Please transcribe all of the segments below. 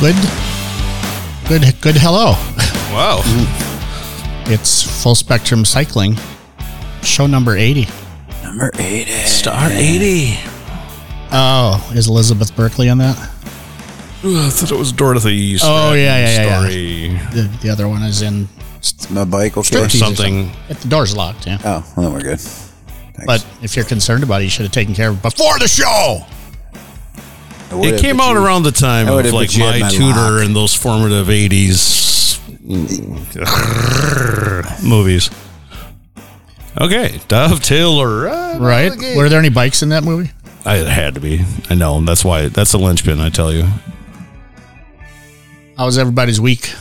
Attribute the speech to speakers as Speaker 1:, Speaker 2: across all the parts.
Speaker 1: Good, good, good. Hello.
Speaker 2: Wow.
Speaker 1: It's Full Spectrum Cycling, show number 80.
Speaker 3: Number 80.
Speaker 2: Star 80.
Speaker 1: Oh, is Elizabeth Berkeley on that?
Speaker 2: Ooh, I thought it was Dorothy.
Speaker 1: Oh, yeah, yeah, yeah, yeah.
Speaker 2: Story
Speaker 1: The, the other one is in
Speaker 3: My bike
Speaker 2: or
Speaker 3: will start.
Speaker 1: Striptease.
Speaker 2: something.
Speaker 1: If the door's locked, yeah.
Speaker 3: Oh, well, then we're good. Thanks.
Speaker 1: But if you're concerned about it, you should have taken care of it before the show.
Speaker 3: I would
Speaker 2: It
Speaker 3: have,
Speaker 2: came
Speaker 3: but
Speaker 2: out
Speaker 3: you-
Speaker 2: around the time
Speaker 3: I
Speaker 2: of
Speaker 3: would've
Speaker 2: like
Speaker 3: put you
Speaker 2: my,
Speaker 3: in my
Speaker 2: tutor
Speaker 3: lock.
Speaker 2: and those formative 80s movies. Okay, Dovetailer. uh,
Speaker 1: Right?
Speaker 2: okay.
Speaker 1: Were there any bikes in that movie?
Speaker 2: I it had to be. I know. and That's why. That's a linchpin. I tell you.
Speaker 1: How was everybody's week?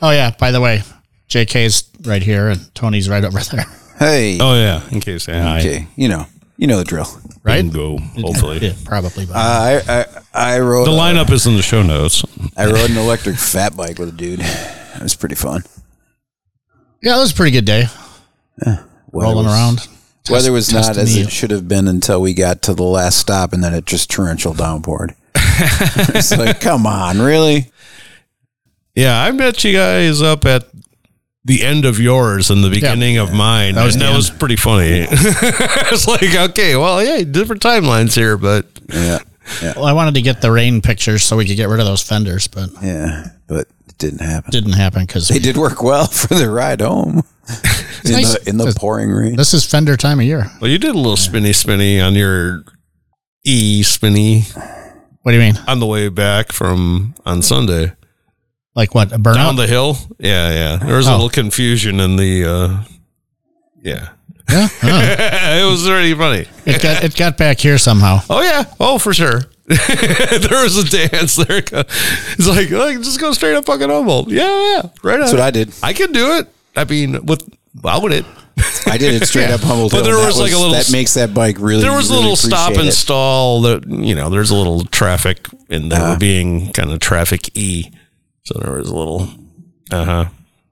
Speaker 1: Oh, yeah. By the way, JK's right here and Tony's right over there.
Speaker 3: Hey.
Speaker 2: Oh yeah. In case. Yeah, I
Speaker 3: Okay. You know. You know the drill.
Speaker 1: Right?
Speaker 2: didn't go. Hopefully.
Speaker 1: Yeah, probably. But
Speaker 3: Uh, I, I I rode
Speaker 2: The
Speaker 3: a-
Speaker 2: lineup is in the show notes.
Speaker 3: I rode an electric fat bike with a dude. It was pretty fun.
Speaker 1: yeah, it was a pretty good day
Speaker 3: Weather
Speaker 1: rolling
Speaker 3: was-
Speaker 1: around.
Speaker 3: Weather was
Speaker 1: Test-
Speaker 3: not as
Speaker 1: testing
Speaker 3: it
Speaker 1: the-
Speaker 3: should have been until we got to the last stop, and then it just torrential downpoured. it's like, come on, really?
Speaker 2: Yeah, I met you guys up at the end of yours and the beginning of mine.
Speaker 1: That was
Speaker 2: and
Speaker 1: the
Speaker 2: that
Speaker 1: end.
Speaker 2: was pretty funny. it's like, okay, well, yeah, different timelines here, but
Speaker 3: Yeah,
Speaker 1: Well, I wanted to get the rain pictures so we could get rid of those fenders, but it
Speaker 3: yeah, but it didn't happen.
Speaker 1: didn't happen because
Speaker 3: They did work well for the ride home in
Speaker 1: nice.
Speaker 3: the in the pouring rain.
Speaker 1: this is fender time of year.
Speaker 2: well, you did a little spinny spinny on your e spinny
Speaker 1: What do you mean?
Speaker 2: on the way back from on Sunday
Speaker 1: Like what? A
Speaker 2: down
Speaker 1: burnout?
Speaker 2: the hill. Yeah, yeah. There was a
Speaker 1: Oh.
Speaker 2: little confusion in the. uh Yeah,
Speaker 1: yeah. yeah.
Speaker 2: it was pretty funny.
Speaker 1: It got it got back here somehow.
Speaker 2: Oh yeah. Oh for sure. there was a dance there. It's like, like just go straight up fucking Humboldt. Yeah, yeah. Right.
Speaker 3: That's what I did.
Speaker 2: I can do it. I mean, with without it,
Speaker 3: I did it straight up Humble
Speaker 2: But
Speaker 3: Hill.
Speaker 2: there
Speaker 3: That
Speaker 2: was, like, a little
Speaker 3: that
Speaker 2: s-
Speaker 3: makes that bike really.
Speaker 2: there was a
Speaker 3: really
Speaker 2: little stop
Speaker 3: appreciate
Speaker 2: and
Speaker 3: it.
Speaker 2: stall. That you know, there's a little traffic in there
Speaker 3: Uh-huh.
Speaker 2: being kind of traffic e. So there was a little. Uh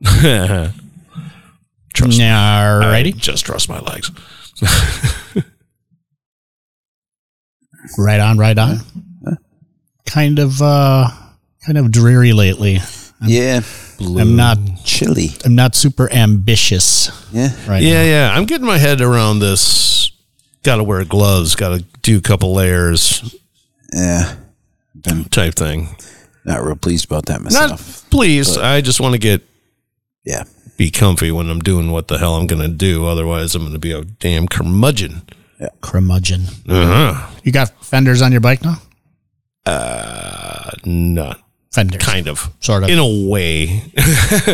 Speaker 2: huh. trust. I
Speaker 1: Alrighty,
Speaker 2: just trust my legs.
Speaker 1: right on, right on. Kind of uh, kind of dreary lately.
Speaker 3: Yeah,
Speaker 1: I'm not
Speaker 3: chilly.
Speaker 1: I'm not super ambitious
Speaker 3: Yeah,
Speaker 1: right
Speaker 2: Yeah, yeah. I'm getting my head around this. Got to wear gloves. Got to do a couple layers
Speaker 3: yeah. Been
Speaker 2: type thing.
Speaker 3: not real pleased about that
Speaker 2: Not
Speaker 3: myself.
Speaker 2: please. I just want to get
Speaker 3: yeah,
Speaker 2: be comfy when I'm doing what the hell I'm going to do. Otherwise, I'm going to be a damn curmudgeon.
Speaker 1: now. Curmudgeon.
Speaker 2: Uh-huh.
Speaker 1: You got fenders on your bike now?
Speaker 2: No,
Speaker 1: Fenders.
Speaker 2: Uh, kind of,
Speaker 1: Sort of.
Speaker 2: in a way.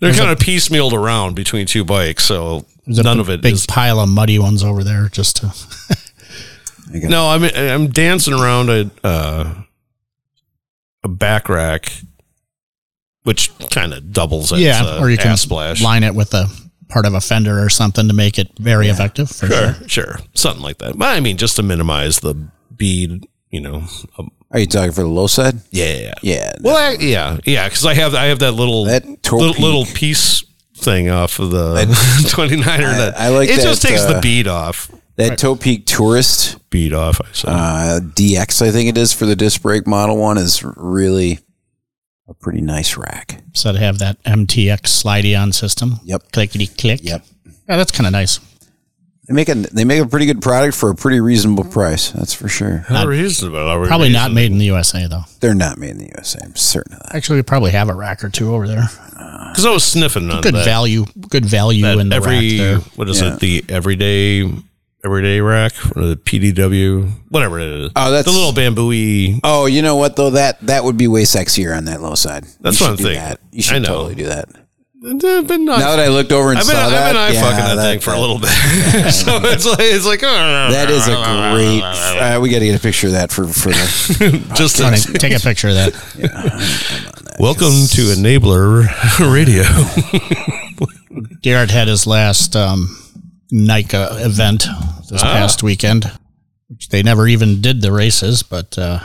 Speaker 2: They're kind of piecemealed around between two bikes, so
Speaker 1: There's a
Speaker 2: none
Speaker 1: b-
Speaker 2: of it
Speaker 1: Big
Speaker 2: is.
Speaker 1: pile of muddy ones over there just to
Speaker 2: No, I'm I'm dancing around a uh, a back rack, which kind of doubles as
Speaker 1: yeah,
Speaker 2: a
Speaker 1: or you can
Speaker 2: ass splash.
Speaker 1: line it with a part of a fender or something to make it very effective. For sure.
Speaker 2: Sure, sure, something like that. But I mean, just to minimize the bead, you know. Um,
Speaker 3: Are you talking for the low side?
Speaker 2: yeah,
Speaker 3: Yeah.
Speaker 2: Well, I, yeah, yeah, because I have I have that little
Speaker 3: That toe
Speaker 2: little,
Speaker 3: peak.
Speaker 2: little piece thing off of the twenty nine er. That
Speaker 3: I like
Speaker 2: it.
Speaker 3: that,
Speaker 2: just takes the
Speaker 3: uh,
Speaker 2: bead off,
Speaker 3: That Toe Peak Tourist
Speaker 2: bead off. I said.
Speaker 3: uh, DX, I think it is for the disc brake model one, is really a pretty nice rack.
Speaker 1: So to have that MTX slidey on system.
Speaker 3: Yep.
Speaker 1: Clickety click.
Speaker 3: Yep.
Speaker 1: Yeah, that's kind of nice.
Speaker 3: They make a they make a pretty good product for a pretty reasonable price. That's for sure.
Speaker 2: How reasonable? Are we
Speaker 1: Probably not
Speaker 2: reasonable?
Speaker 1: made in the USA though.
Speaker 3: They're not made in the USA. I'm certain of that.
Speaker 1: Actually, we probably have a rack or two over there.
Speaker 2: Because I was sniffing on
Speaker 1: Good
Speaker 2: that,
Speaker 1: value. Good value
Speaker 2: that
Speaker 1: in the
Speaker 2: every
Speaker 1: rack there.
Speaker 2: what is
Speaker 3: Yeah.
Speaker 2: it? The everyday everyday rack or the PDW, whatever it is.
Speaker 3: Oh, that's-
Speaker 2: the little eh, bamboo.
Speaker 3: Oh, you know what though? That that would be way sexier on that low side.
Speaker 2: That's
Speaker 3: you
Speaker 2: what
Speaker 3: should
Speaker 2: I'm
Speaker 3: do
Speaker 2: thinking.
Speaker 3: That. You
Speaker 2: I
Speaker 3: should
Speaker 2: know.
Speaker 3: totally do that.
Speaker 2: But not.
Speaker 3: Now that I looked over and
Speaker 2: I've been,
Speaker 3: saw
Speaker 2: I've
Speaker 3: that,
Speaker 2: been eye
Speaker 3: yeah,
Speaker 2: fucking that, thing for a little bit, so it's like it's like oh,
Speaker 3: That is a great. Uh, we got to get a picture of that for for. The,
Speaker 2: just
Speaker 1: Tony,
Speaker 2: to,
Speaker 1: take a picture of that.
Speaker 2: Welcome to Enabler Radio.
Speaker 1: Garrett had his last um, Nika event this
Speaker 2: Ah.
Speaker 1: past weekend, which they never even did the races, but uh,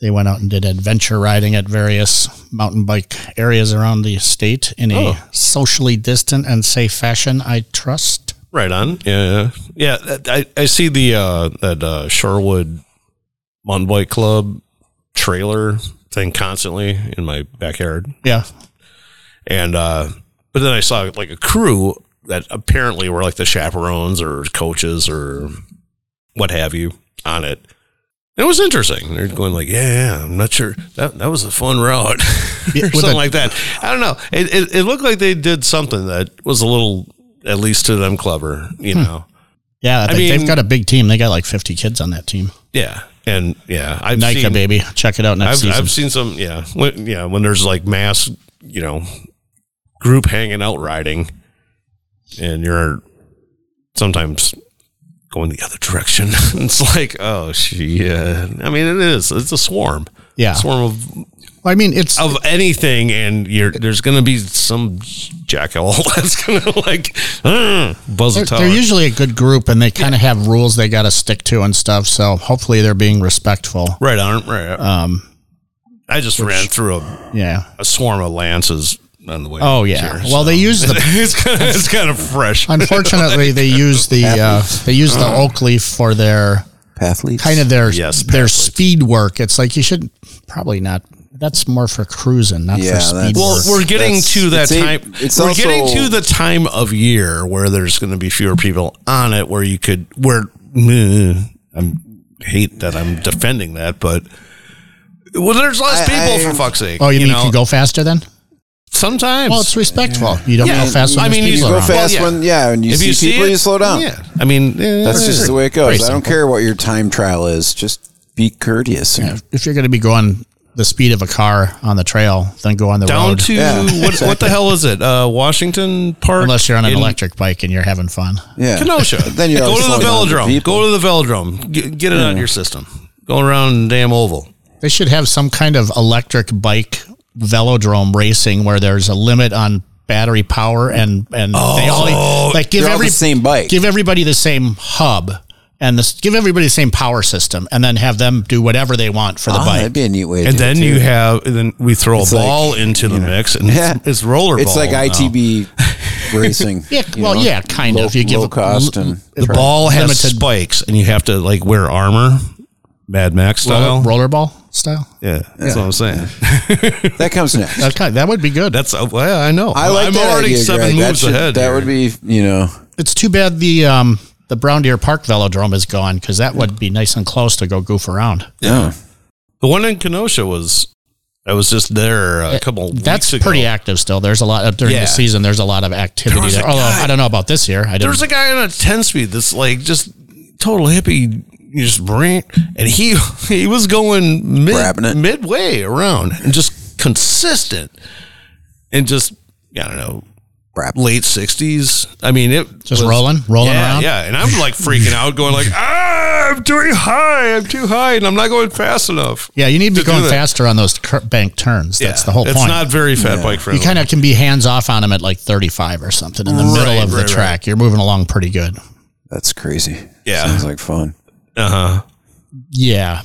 Speaker 1: they went out and did adventure riding at various mountain bike areas around the state in
Speaker 2: Oh.
Speaker 1: a socially distant and safe fashion, I trust.
Speaker 2: right on. Yeah, yeah. yeah that- I, I see the uh, that uh, Sherwood Mountain Bike Club trailer thing constantly in my backyard.
Speaker 1: Yeah.
Speaker 2: And uh but then I saw like a crew that apparently were like the chaperones or coaches or what have you on it. And it was interesting. They're going like, yeah, yeah, I'm not sure that that was a fun route
Speaker 1: Yeah,
Speaker 2: or
Speaker 1: with
Speaker 2: something
Speaker 1: a-
Speaker 2: like that. I don't know. It, it it looked like they did something that was a little, at least to them, clever. You
Speaker 1: Hmm.
Speaker 2: know,
Speaker 1: Yeah, I think
Speaker 2: mean-
Speaker 1: they've got a big team. They got like 50 kids on that team.
Speaker 2: yeah, and yeah, I've
Speaker 1: Nika,
Speaker 2: seen,
Speaker 1: baby. Check it out next
Speaker 2: I've,
Speaker 1: season.
Speaker 2: I've seen some, yeah, when, yeah, when there's like mass, you know, group hanging out riding, and you're sometimes going the other direction. it's like, oh, she, yeah. I mean, it is. It's a swarm,
Speaker 1: yeah.
Speaker 2: swarm of
Speaker 1: Well, I mean, it's
Speaker 2: of anything, and you're there's gonna be some jackal that's gonna like uh, buzz a
Speaker 1: they're,
Speaker 2: tower.
Speaker 1: they're usually a good group and they kind of have rules they got to stick to and stuff. So hopefully they're being respectful.
Speaker 2: right on, right.
Speaker 1: Um,
Speaker 2: I just ran through a,
Speaker 1: yeah.
Speaker 2: a swarm of lances on the way.
Speaker 1: Oh, yeah. well, they use the.
Speaker 2: it's kind of it's kind of fresh.
Speaker 1: Unfortunately, they use the uh, they use the oak leaf for their
Speaker 3: Path leads.
Speaker 1: kind of their
Speaker 2: Yes,
Speaker 1: their
Speaker 2: pathways.
Speaker 1: speed work. It's like you should probably not. That's more for cruising, not
Speaker 3: Yeah,
Speaker 1: for speed
Speaker 3: that's-
Speaker 2: Well,
Speaker 1: work.
Speaker 2: we're getting
Speaker 3: That's-
Speaker 2: to that
Speaker 3: it's a-
Speaker 2: time.
Speaker 3: it's
Speaker 2: we're
Speaker 3: also-
Speaker 2: getting to the time of year where there's going to be fewer people on it. Where you could, where mm, I'm hate that I'm defending that, but well, there's less
Speaker 3: I-
Speaker 2: people
Speaker 3: I-
Speaker 2: for fuck's sake.
Speaker 1: oh, you, mean
Speaker 2: know?
Speaker 1: you can go faster then?
Speaker 2: sometimes.
Speaker 1: Well, it's respectful. You don't
Speaker 2: Yeah,
Speaker 1: go fast.
Speaker 2: I
Speaker 1: when
Speaker 2: mean,
Speaker 1: there's
Speaker 2: you
Speaker 1: people
Speaker 3: go
Speaker 1: around.
Speaker 3: fast
Speaker 2: yeah.
Speaker 3: when yeah, and you
Speaker 2: if
Speaker 3: see
Speaker 2: you see
Speaker 3: people,
Speaker 2: it,
Speaker 3: you slow down.
Speaker 2: Yeah, I mean yeah,
Speaker 3: That's just the way it goes.
Speaker 1: Pretty
Speaker 3: I don't care what your time trial is. Just be courteous. and
Speaker 1: if you're going to be going the speed of a car on the trail, then go on the
Speaker 2: down
Speaker 1: road.
Speaker 2: to
Speaker 3: Yeah,
Speaker 2: what, what the hell is it? Uh, Washington Park.
Speaker 1: unless you're on an
Speaker 2: in-
Speaker 1: electric bike and you're having fun.
Speaker 3: Yeah.
Speaker 2: Kenosha.
Speaker 3: Then you're
Speaker 2: go
Speaker 3: always
Speaker 2: to the
Speaker 3: slowing down the
Speaker 2: velodrome.
Speaker 3: people.
Speaker 2: Go to the velodrome. Get, get it out of your system. Go around the damn oval.
Speaker 1: They should have some kind of electric bike velodrome racing where there's a limit on battery power and and they all like give
Speaker 3: Oh, They're all
Speaker 1: every
Speaker 3: the same bike.
Speaker 1: give everybody the same hub and this give everybody the same power system and then have them do whatever they want for the
Speaker 3: Ah,
Speaker 1: bike.
Speaker 3: that'd be a neat way. To
Speaker 2: And
Speaker 3: do it,
Speaker 2: then
Speaker 3: too.
Speaker 2: you have, and then we throw a
Speaker 3: like,
Speaker 2: ball into the mix, and
Speaker 3: Yeah.
Speaker 2: it's, it's roller.
Speaker 3: It's
Speaker 2: ball
Speaker 3: like
Speaker 2: now.
Speaker 3: ITB racing.
Speaker 1: Yeah,
Speaker 3: you
Speaker 1: well,
Speaker 3: know?
Speaker 1: yeah, kind
Speaker 3: low,
Speaker 1: of. You give
Speaker 3: low
Speaker 1: a-
Speaker 3: cost and
Speaker 2: The ball has spikes, and you have to like wear armor, Mad Max style.
Speaker 1: Roller, rollerball style.
Speaker 2: Yeah, that's what I'm saying.
Speaker 3: that comes next.
Speaker 1: That kind that would be good.
Speaker 2: That's uh, well, I know.
Speaker 3: I like
Speaker 2: I'm
Speaker 3: that
Speaker 2: already
Speaker 3: idea,
Speaker 2: seven
Speaker 3: Greg.
Speaker 2: moves
Speaker 3: that should-
Speaker 2: ahead.
Speaker 3: That
Speaker 2: here.
Speaker 3: would be you know
Speaker 1: It's too bad the um the Brown Deer Park Velodrome is gone because that would be nice and close to go goof around.
Speaker 3: yeah.
Speaker 2: the one in Kenosha was. I was just there a couple.
Speaker 1: That's
Speaker 2: weeks ago.
Speaker 1: pretty active still. There's a lot of, during
Speaker 2: Yeah.
Speaker 1: the season. There's a lot of
Speaker 2: There
Speaker 1: activity
Speaker 2: was a
Speaker 1: there. Although
Speaker 2: guy-
Speaker 1: I don't know about this year. I
Speaker 2: There
Speaker 1: didn't.
Speaker 2: was a guy on a ten speed that's like just total hippie, you just ran, and he he was going
Speaker 3: Grabbing it.
Speaker 2: mid, midway around and just consistent, and just I don't know
Speaker 3: crap.
Speaker 2: late sixties. I mean it
Speaker 1: just
Speaker 2: was-
Speaker 1: rolling, rolling
Speaker 2: yeah,
Speaker 1: around.
Speaker 2: yeah. And I'm like freaking out, going like ah, I'm too high, I'm too high, and I'm not going fast enough.
Speaker 1: Yeah, you need to
Speaker 2: To
Speaker 1: be
Speaker 2: do
Speaker 1: going
Speaker 2: that.
Speaker 1: faster on those cur- bank turns. That's
Speaker 2: Yeah,
Speaker 1: the whole
Speaker 2: it's
Speaker 1: point.
Speaker 2: not very fat bike
Speaker 1: you
Speaker 2: friendly.
Speaker 1: kind of can be hands off on them at like 35 or something in the middle
Speaker 2: Right,
Speaker 1: of the
Speaker 2: right, right.
Speaker 1: track. You're moving along pretty good.
Speaker 3: That's crazy.
Speaker 2: Yeah.
Speaker 3: sounds like fun.
Speaker 2: uh huh.
Speaker 1: Yeah,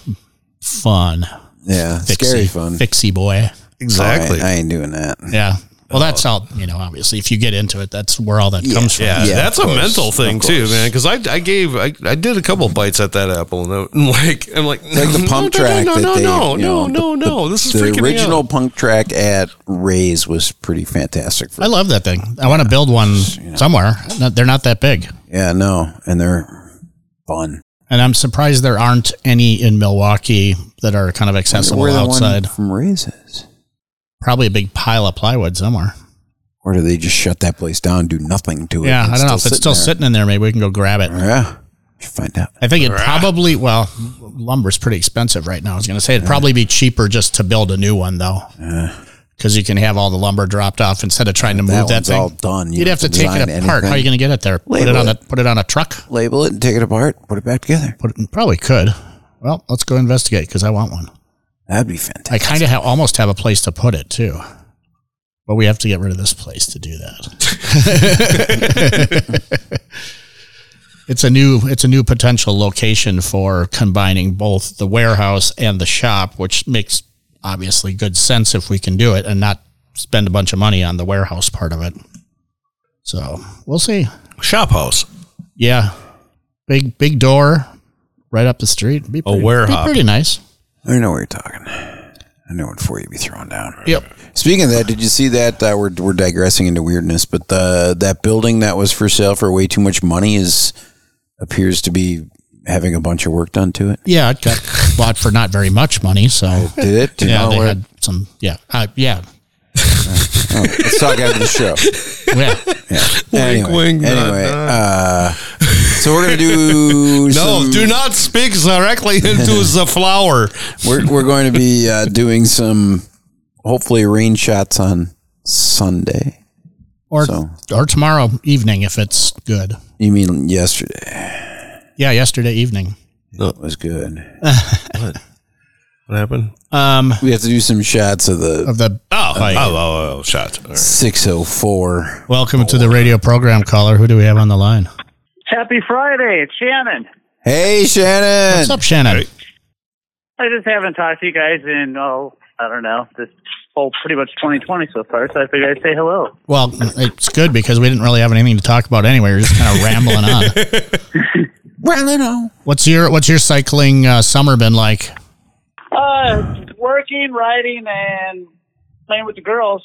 Speaker 1: fun,
Speaker 3: Yeah,
Speaker 1: fixie,
Speaker 3: scary fun. Oh,
Speaker 1: fixie boy.
Speaker 2: Exactly.
Speaker 3: I, I ain't doing that.
Speaker 1: Yeah. Well, that's all you know. Obviously, if you get into it, that's where all that comes from.
Speaker 2: Oh. Yeah,
Speaker 3: Yeah,
Speaker 2: that's
Speaker 3: of
Speaker 2: a
Speaker 3: course,
Speaker 2: mental thing
Speaker 3: of
Speaker 2: too,
Speaker 3: course.
Speaker 2: man. Because I, I gave, I, I did a couple bites at that apple, and I- and like, I'm like,
Speaker 3: Like the
Speaker 2: no,
Speaker 3: pump
Speaker 2: no, no,
Speaker 3: track.
Speaker 2: No,
Speaker 3: that
Speaker 2: no,
Speaker 3: they,
Speaker 2: no,
Speaker 3: you
Speaker 2: no,
Speaker 3: know,
Speaker 2: no,
Speaker 3: the-
Speaker 2: no.
Speaker 3: the-
Speaker 2: This is
Speaker 3: the
Speaker 2: freaking
Speaker 3: original
Speaker 2: original.
Speaker 3: punk track at Ray's was pretty fantastic. For
Speaker 1: I love that thing. I want to build one somewhere. Not, they're not that big.
Speaker 3: yeah, no, and they're fun.
Speaker 1: And I'm surprised there aren't any in Milwaukee that are kind of accessible
Speaker 3: Where the one
Speaker 1: outside.
Speaker 3: from Ray's is.
Speaker 1: Probably a big pile of plywood somewhere.
Speaker 3: Or do they just shut that place down, do nothing to it?
Speaker 1: yeah,
Speaker 3: and
Speaker 1: I don't know if it's still sitting in there. Maybe we can go grab it.
Speaker 3: there? Yeah, we should find out.
Speaker 1: I think it probably well, lumber's pretty expensive right now. I was going to say it'd probably be cheaper just to build a new one though, because you can have all the lumber dropped off instead of trying to
Speaker 3: That
Speaker 1: move that
Speaker 3: one's
Speaker 1: thing.
Speaker 3: all done. You
Speaker 1: You'd have
Speaker 3: don't
Speaker 1: to
Speaker 3: have to
Speaker 1: take it apart.
Speaker 3: design
Speaker 1: How are you
Speaker 3: anything.
Speaker 1: going to get it there? Put it
Speaker 3: Label
Speaker 1: on
Speaker 3: it.
Speaker 1: a put it on a truck.
Speaker 3: Label it and take it apart, put it back together.
Speaker 1: Put it, probably could. Well, let's go investigate because I want one.
Speaker 3: That'd be
Speaker 1: I
Speaker 3: fantastic.
Speaker 1: kind of ha- almost have a place to put it too, but we have to get rid of this place to do that. it's a new it's a new potential location for combining both the warehouse and the shop, which makes obviously good sense if we can do it and not spend a bunch of money on the warehouse part of it. So we'll see.
Speaker 2: Shop house,
Speaker 1: Yeah, big big door right up the street. Be pretty, be
Speaker 2: warehop.
Speaker 1: pretty nice.
Speaker 3: I know what you're talking. I know what four you'd be throwing down.
Speaker 1: Yep.
Speaker 3: Speaking of that, did you see that? Uh, we're, we're digressing into weirdness, but the that building that was for sale for way too much money is appears to be having a bunch of work done to it.
Speaker 1: Yeah, it got bought for not very much money. So
Speaker 3: Did Oh, it? Do you
Speaker 1: yeah,
Speaker 3: know
Speaker 1: they
Speaker 3: where-
Speaker 1: had some. Yeah, uh, yeah,
Speaker 3: Oh, let's talk after the show.
Speaker 1: yeah.
Speaker 3: anyway,
Speaker 2: wink, nod,
Speaker 3: anyway uh, so we're gonna do.
Speaker 2: No,
Speaker 3: some-
Speaker 2: do not speak directly into the flower.
Speaker 3: We're we're going to be uh, doing some hopefully rain shots on Sunday.
Speaker 1: Or
Speaker 3: So-
Speaker 1: or tomorrow evening if it's good.
Speaker 3: You mean yesterday
Speaker 1: Yeah, yesterday evening.
Speaker 3: was good.
Speaker 2: What happened?
Speaker 1: Um,
Speaker 3: We have to do some shots of the
Speaker 1: of the
Speaker 2: Oh, oh,
Speaker 1: Like-
Speaker 2: oh, oh, shot. All right.
Speaker 3: 604.
Speaker 1: welcome to the radio program caller. Who do we have on the line?
Speaker 4: Happy Friday. It's Shannon.
Speaker 3: Hey, Shannon.
Speaker 1: What's up, Shannon?
Speaker 4: I just haven't talked to you guys in, oh, I don't know, this whole pretty much 2020 so far, so I figured I'd say hello.
Speaker 1: Well, it's good because we didn't really have anything to talk about anyway. We're just kind of rambling on.
Speaker 3: Well, no.
Speaker 1: What's your What's your cycling uh, summer been like?
Speaker 4: Uh, working, writing, and playing with the girls.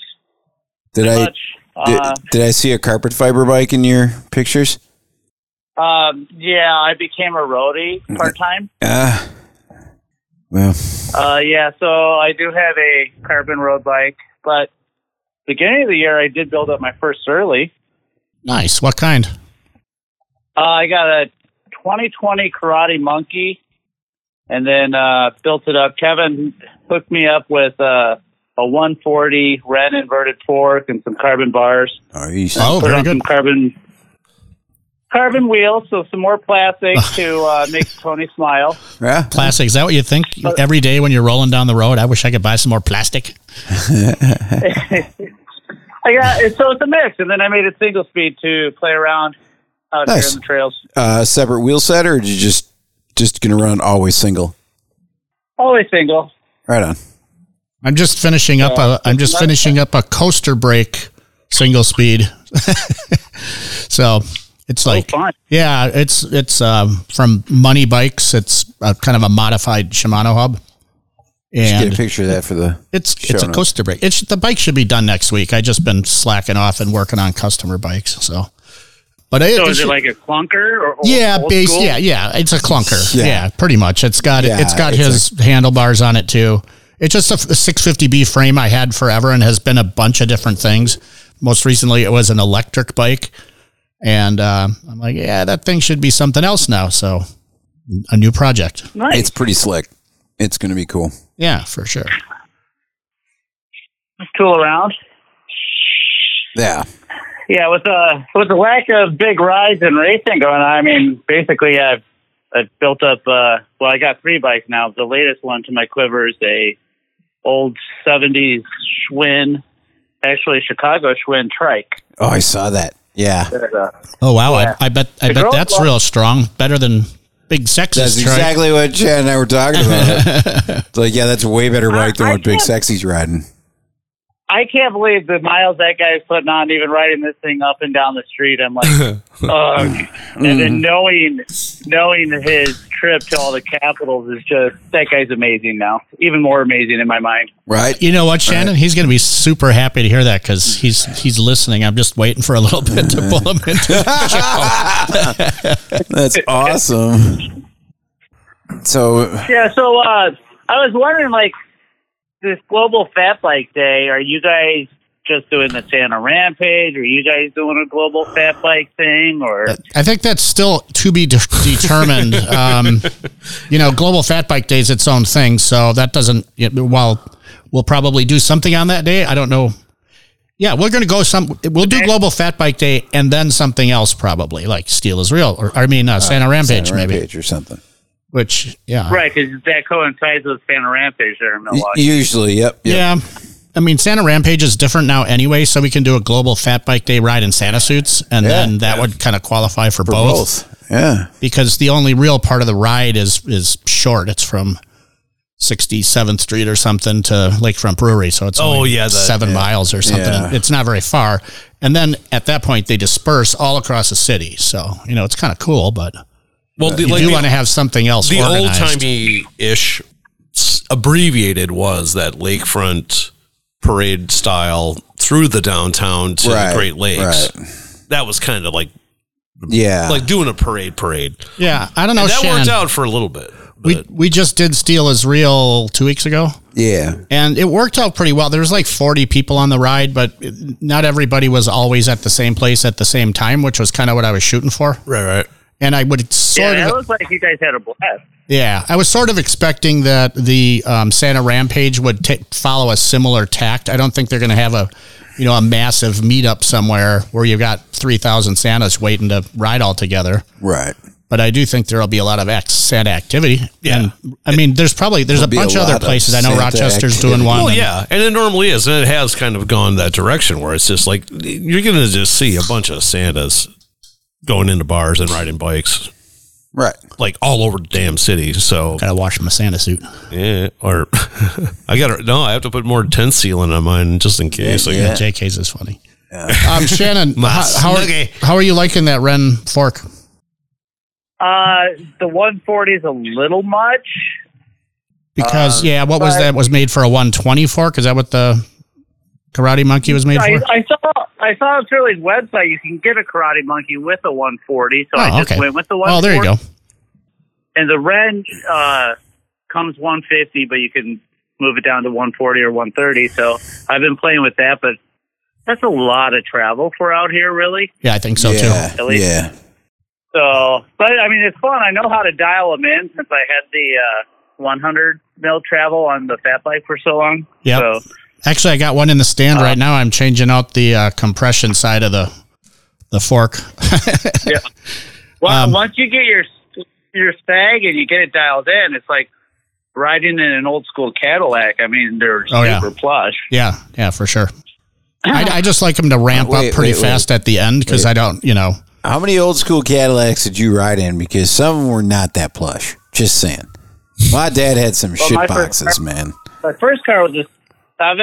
Speaker 3: Did I
Speaker 4: Much.
Speaker 3: did,
Speaker 4: Uh,
Speaker 3: did I see a carpet fiber bike in your pictures?
Speaker 4: um, yeah, I became a roadie part time.
Speaker 3: Uh Well,
Speaker 4: Uh, yeah, so I do have a carbon road bike, but beginning of the year I did build up my first early.
Speaker 1: Nice. What kind?
Speaker 4: Uh, I got a 2020 Karate Monkey, and then uh, built it up. Kevin hooked me up with uh, a 140 red inverted fork and some carbon bars.
Speaker 3: are you
Speaker 1: Oh,
Speaker 4: Put
Speaker 1: very
Speaker 4: on
Speaker 1: good.
Speaker 4: some carbon carbon wheels, so some more plastic to uh, make Tony smile.
Speaker 3: yeah?
Speaker 1: Plastic. Is that what you think
Speaker 4: Uh,
Speaker 1: every day when you're rolling down the road? I wish I could buy some more plastic.
Speaker 4: I got so it's a mix, and then I made it single speed to play around out
Speaker 3: Nice.
Speaker 4: here in the trails.
Speaker 3: Uh separate wheel set or did you just just going to run always single?
Speaker 4: Always single.
Speaker 3: Right on.
Speaker 1: I'm just finishing up a I'm just finishing up a coaster brake single speed. so it's like
Speaker 4: Oh, fun.
Speaker 1: yeah, it's it's um, from Money Bikes. It's uh kind of a modified Shimano hub,
Speaker 3: Get a
Speaker 1: and
Speaker 3: picture of that for the
Speaker 1: it's it's
Speaker 3: Show
Speaker 1: a
Speaker 3: notes.
Speaker 1: coaster brake. It's the bike should be done next week. I just been slacking off and working on customer bikes. So, but it,
Speaker 4: So
Speaker 1: it
Speaker 4: is
Speaker 1: should-
Speaker 4: it like a clunker or old,
Speaker 1: yeah,
Speaker 4: old
Speaker 1: base.
Speaker 4: school?
Speaker 1: Yeah, yeah. It's a clunker.
Speaker 3: Yeah.
Speaker 1: Yeah, pretty much. It's got
Speaker 3: Yeah,
Speaker 1: it's got
Speaker 3: it's
Speaker 1: his handlebars on it too. It's just a, f- a 650B frame I had forever and has been a bunch of different things. Most recently, it was an electric bike, and uh, I'm like, yeah, that thing should be something else now. So, a new project.
Speaker 4: Nice.
Speaker 3: It's pretty slick. It's going to be cool.
Speaker 1: Yeah, for sure.
Speaker 4: tool around.
Speaker 3: Yeah.
Speaker 4: Yeah, with the with the lack of big rides and racing going on, I mean, basically, I've I've built up. Uh, well, I got three bikes now. The latest one to my quiver is a old '70s Schwinn, actually Chicago Schwinn trike.
Speaker 3: Oh, I saw that. Yeah.
Speaker 1: Oh wow, I, I bet I
Speaker 4: The
Speaker 1: bet
Speaker 4: girls
Speaker 1: that's
Speaker 4: love-
Speaker 1: real strong. Better than big sexist.
Speaker 3: That's
Speaker 1: right?
Speaker 3: exactly what Chad and I were talking about. it's like, yeah, that's a way better bike than
Speaker 4: I- I
Speaker 3: what Big
Speaker 4: can't-
Speaker 3: Sexy's riding.
Speaker 4: I can't believe the miles that guy's putting on, even riding this thing up and down the street. I'm like, ugh. And then knowing knowing his trip to all the capitals is just that guy's amazing now, even more amazing in my mind.
Speaker 3: Right?
Speaker 1: You know what, Shannon? He's going to be super happy to hear that because he's he's listening. I'm just waiting for a little bit to pull him into the show.
Speaker 3: That's awesome. So,
Speaker 4: Yeah, so uh, I was wondering, like, this global fat bike day. Are you guys just doing the Santa Rampage? Are you guys doing a global fat bike thing? Or
Speaker 1: I think that's still to be de- determined. Um, you know, Global Fat Bike Day is its own thing, so that doesn't. you know, While we'll probably do something on that day, I don't know. Yeah, we're going to go some. We'll do Global Fat Bike Day and then something else probably, like Steel is Real, or I mean uh, Santa Rampage,
Speaker 3: Santa
Speaker 1: maybe.
Speaker 3: Rampage or something.
Speaker 1: Which, yeah,
Speaker 4: right, because that coincides with Santa Rampage there in
Speaker 3: U-
Speaker 4: Milwaukee.
Speaker 3: Usually, yep. yep.
Speaker 1: Yeah. I mean, Santa Rampage is different now anyway, so we can do a global fat bike day ride in Santa suits, and
Speaker 3: Yeah.
Speaker 1: then that would kind of qualify for, both,
Speaker 3: Yeah.
Speaker 1: because the only real part of the ride is is short. It's from 67th Street or something to Lakefront Brewery, so it's
Speaker 2: Oh,
Speaker 1: only
Speaker 2: yeah, that-
Speaker 1: seven miles or something.
Speaker 3: Yeah.
Speaker 1: It's not very far. And then at that point, they disperse all across the city, so you know it's kind of cool, but
Speaker 2: Well, the,
Speaker 1: you
Speaker 2: like
Speaker 1: do
Speaker 2: the-
Speaker 1: want to have something else.
Speaker 2: the old
Speaker 1: organized.
Speaker 2: timey ish abbreviated was that lakefront parade style through the downtown to
Speaker 3: Right,
Speaker 2: the Great Lakes. That was kind of like
Speaker 3: Yeah.
Speaker 2: like doing a parade parade.
Speaker 1: Yeah, I don't know.
Speaker 2: and that
Speaker 1: Shan.
Speaker 2: worked out for a little bit.
Speaker 1: Oh, We
Speaker 2: But
Speaker 1: we just did Steel is Real two weeks ago,
Speaker 3: yeah.
Speaker 1: and it worked out pretty well. There was like forty people on the ride, but it- not everybody was always at the same place at the same time, which was kind of what I was shooting for.
Speaker 2: right, right.
Speaker 1: And I would sort
Speaker 4: Yeah, it
Speaker 1: of
Speaker 4: looks like you guys had a blast.
Speaker 1: Yeah, I was sort of expecting that the um, Santa Rampage would ta follow a similar tact. I don't think they're going to have a, you know, a massive meetup somewhere where you've got three thousand Santas waiting to ride all together.
Speaker 3: Right.
Speaker 1: But I do think there'll be a lot of ex Santa activity. Yeah, and I mean, there's probably there's a
Speaker 3: be a
Speaker 1: bunch of other
Speaker 3: lot of
Speaker 1: places. I know
Speaker 3: Santa
Speaker 1: Rochester's
Speaker 3: activity.
Speaker 1: doing one.
Speaker 2: Well,
Speaker 1: and-
Speaker 2: Oh, yeah, and it normally is, and it has kind of gone that direction where it's just like you're going to just see a bunch of Santas going into bars and riding bikes
Speaker 3: Right.
Speaker 2: like all over the damn city. So
Speaker 1: Gotta wash my Santa suit.
Speaker 2: yeah, or I got to no, I have to put more tent sealant on mine just in case. I
Speaker 1: Yeah,
Speaker 2: guess.
Speaker 1: JK's is funny. Um, Shannon,
Speaker 2: My
Speaker 1: how, how, are,
Speaker 2: snuggie.
Speaker 1: how are you liking that Ren fork?
Speaker 4: Uh, the 140 is a little much.
Speaker 3: Um,
Speaker 1: Because yeah, what was
Speaker 4: but-
Speaker 1: that? Was made for a 120 fork? Is that what the Karate Monkey was made
Speaker 4: I,
Speaker 1: for?
Speaker 4: I saw I saw on Shirley's website you can get a Karate Monkey with a 140, so I just went with the 140.
Speaker 1: Oh, there you go.
Speaker 4: And the Ren uh, comes 150, but you can move it down to 140 or 130. So I've been playing with that, but that's a lot of travel for out here, really.
Speaker 1: Yeah, I think so
Speaker 3: yeah.
Speaker 1: too.
Speaker 4: At least-
Speaker 3: Yeah.
Speaker 4: So, but I mean, it's fun. I know how to dial them in since I had the uh, 100 mil travel on the fat bike for so long.
Speaker 1: Yep.
Speaker 4: So
Speaker 1: Actually, I got one in the stand
Speaker 3: Uh,
Speaker 1: right now. I'm changing out the uh, compression side of the the fork.
Speaker 4: well,
Speaker 1: Um,
Speaker 4: once you get your your stag and you get it dialed in, it's like riding in an old school Cadillac. I mean, they're
Speaker 1: Oh, yeah.
Speaker 4: super plush.
Speaker 1: yeah, yeah, for sure. I, I just like them to ramp
Speaker 3: Uh, wait,
Speaker 1: up pretty
Speaker 3: wait, wait.
Speaker 1: fast at the end because I don't, you know.
Speaker 3: How many old school Cadillacs did you ride in? Because some of them were not that plush. Just saying. My dad had some
Speaker 4: Well, my
Speaker 3: shit
Speaker 4: first-
Speaker 3: boxes, man.
Speaker 4: My first car was a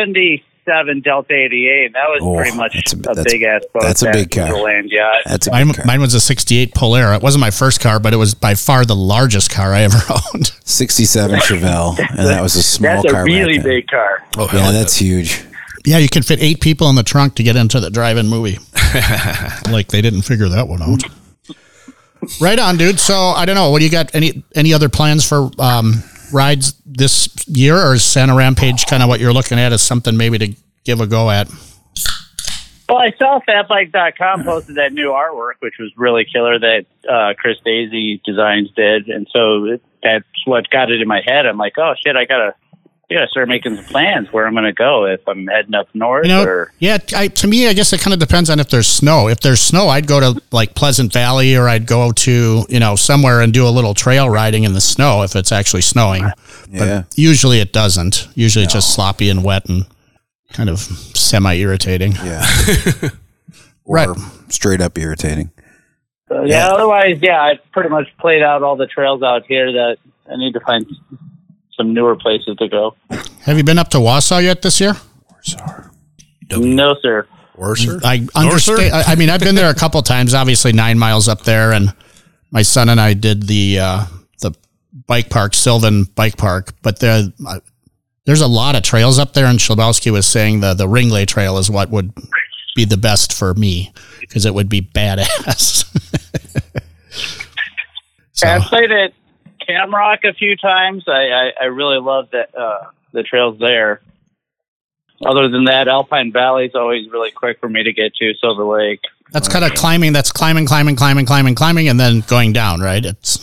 Speaker 4: 77 Delta 88. and That was
Speaker 3: Oh,
Speaker 4: pretty much
Speaker 3: that's a-
Speaker 4: a,
Speaker 3: that's-
Speaker 4: big ass boat.
Speaker 3: that's a
Speaker 4: that
Speaker 3: big car.
Speaker 4: was a Land yacht.
Speaker 3: That's a
Speaker 1: Mine,
Speaker 3: good car.
Speaker 1: mine was a 68 Polara. It wasn't my first car, but it was by far the largest car I ever owned.
Speaker 3: 67 Chevelle, and that was a small
Speaker 4: That's
Speaker 3: car.
Speaker 4: a really
Speaker 3: back then.
Speaker 4: big car.
Speaker 2: Oh, hell
Speaker 3: Yeah, that's huge.
Speaker 1: yeah, you can fit eight people in the trunk to get into the drive-in movie. like they didn't figure that one out. right on, dude. So I don't know. What do you got? Any any other plans for um, rides this year, or is Santa Rampage kind of what you're looking at? Is something maybe to give a go at?
Speaker 4: Well, I saw fatbike.com posted that new artwork, which was really killer that uh, Chris Daisy Designs did. And so it, that's what got it in my head. I'm like, oh, shit, I got to. Yeah, start making some plans where I'm going to go if I'm heading up north.
Speaker 1: You know,
Speaker 4: or
Speaker 1: yeah. I, to me, I guess it kind of depends on if there's snow. If there's snow, I'd go to like Pleasant Valley, or I'd go to you know somewhere and do a little trail riding in the snow if it's actually snowing.
Speaker 3: Yeah.
Speaker 1: Usually it doesn't. Usually it's just sloppy and wet and kind of semi irritating.
Speaker 3: Yeah.
Speaker 1: Right.
Speaker 3: Or straight up irritating.
Speaker 4: so, uh, yeah, otherwise, yeah, I pretty much played out all the trails out here that I need to find some newer places to go.
Speaker 1: Have you been up to Wausau yet this year?
Speaker 4: No, sir.
Speaker 2: worser.
Speaker 1: I
Speaker 2: sir.
Speaker 1: understand. I, I mean, I've been there a couple times. Obviously, nine miles up there, and my son and I did the uh, the bike park, Sylvan Bike Park. But there, uh, there's a lot of trails up there, and Schlabowski was saying the the Ringley Trail is what would be the best for me because it would be badass. So-
Speaker 4: I've played at Camrock a few times. I, I, I really love the, uh, the trails there. Other than that, Alpine Valley's always really quick for me to get to. Silver Lake.
Speaker 1: That's kind of climbing. That's climbing, climbing, climbing, climbing, climbing, and then going down. Right? It's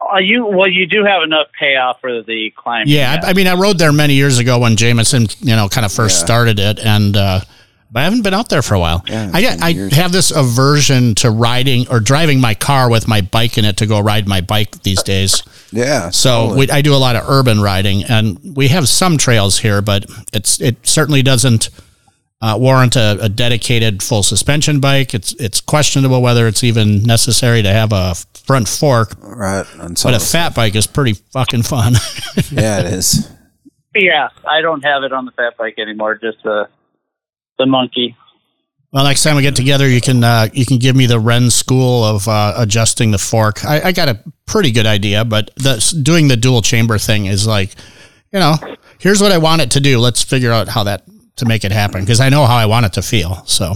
Speaker 4: Uh, you well, you do have enough payoff for the climb.
Speaker 1: yeah. I, I mean, I rode there many years ago when Jameson, you know, kind of first started it, and uh, but I haven't been out there for a while.
Speaker 3: Yeah,
Speaker 1: I
Speaker 3: it's been
Speaker 1: I
Speaker 3: years.
Speaker 1: have this aversion to riding or driving my car with my bike in it to go ride my bike these days.
Speaker 3: Yeah.
Speaker 1: So
Speaker 3: totally.
Speaker 1: we, I do a lot of urban riding, and we have some trails here, but it's it certainly doesn't uh, warrant a, a dedicated full suspension bike. It's it's questionable whether it's even necessary to have a front fork,
Speaker 3: right. on
Speaker 1: but a
Speaker 3: Sullivan.
Speaker 1: fat bike is pretty fucking fun.
Speaker 3: yeah, it is.
Speaker 4: yeah. I don't have it on the fat bike anymore. Just the the monkey.
Speaker 1: well, next time we get together, you can uh, you can give me the Ren school of uh, adjusting the fork. I, I got a pretty good idea, but the, doing the dual chamber thing is like. you know, here's what I want it to do. Let's figure out how that to make it happen because I know how I want it to feel. So,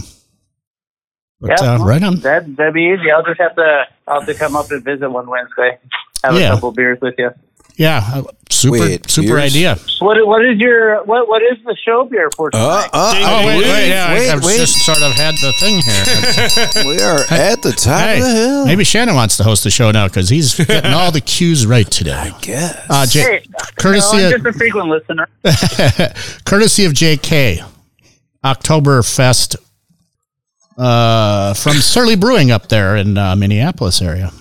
Speaker 1: but,
Speaker 5: Yeah.
Speaker 1: uh, right on.
Speaker 5: That that'd be easy. I'll just have to I'll have to come up and visit one Wednesday. Have
Speaker 1: Yeah.
Speaker 5: a couple beers with you.
Speaker 1: Yeah, uh, super,
Speaker 3: Wait,
Speaker 1: super
Speaker 3: beers?
Speaker 1: idea.
Speaker 5: What what is your what what is the show beer for?
Speaker 3: Uh,
Speaker 5: tonight?
Speaker 3: uh,
Speaker 1: Oh wait,
Speaker 3: wait,
Speaker 1: wait, yeah, I- I
Speaker 3: wait,
Speaker 1: was
Speaker 3: wait.
Speaker 1: just sort of had the thing here.
Speaker 3: we are at the top of the
Speaker 1: hey,
Speaker 3: hill.
Speaker 1: maybe Shannon wants to host the show now because he's getting all the cues right today.
Speaker 3: Guess.
Speaker 1: Uh, J-
Speaker 5: Hey,
Speaker 1: courtesy
Speaker 5: no, I'm
Speaker 1: of
Speaker 5: just a frequent listener.
Speaker 1: courtesy of J.K. Oktoberfest uh, from Surly Brewing up there in uh, Minneapolis area.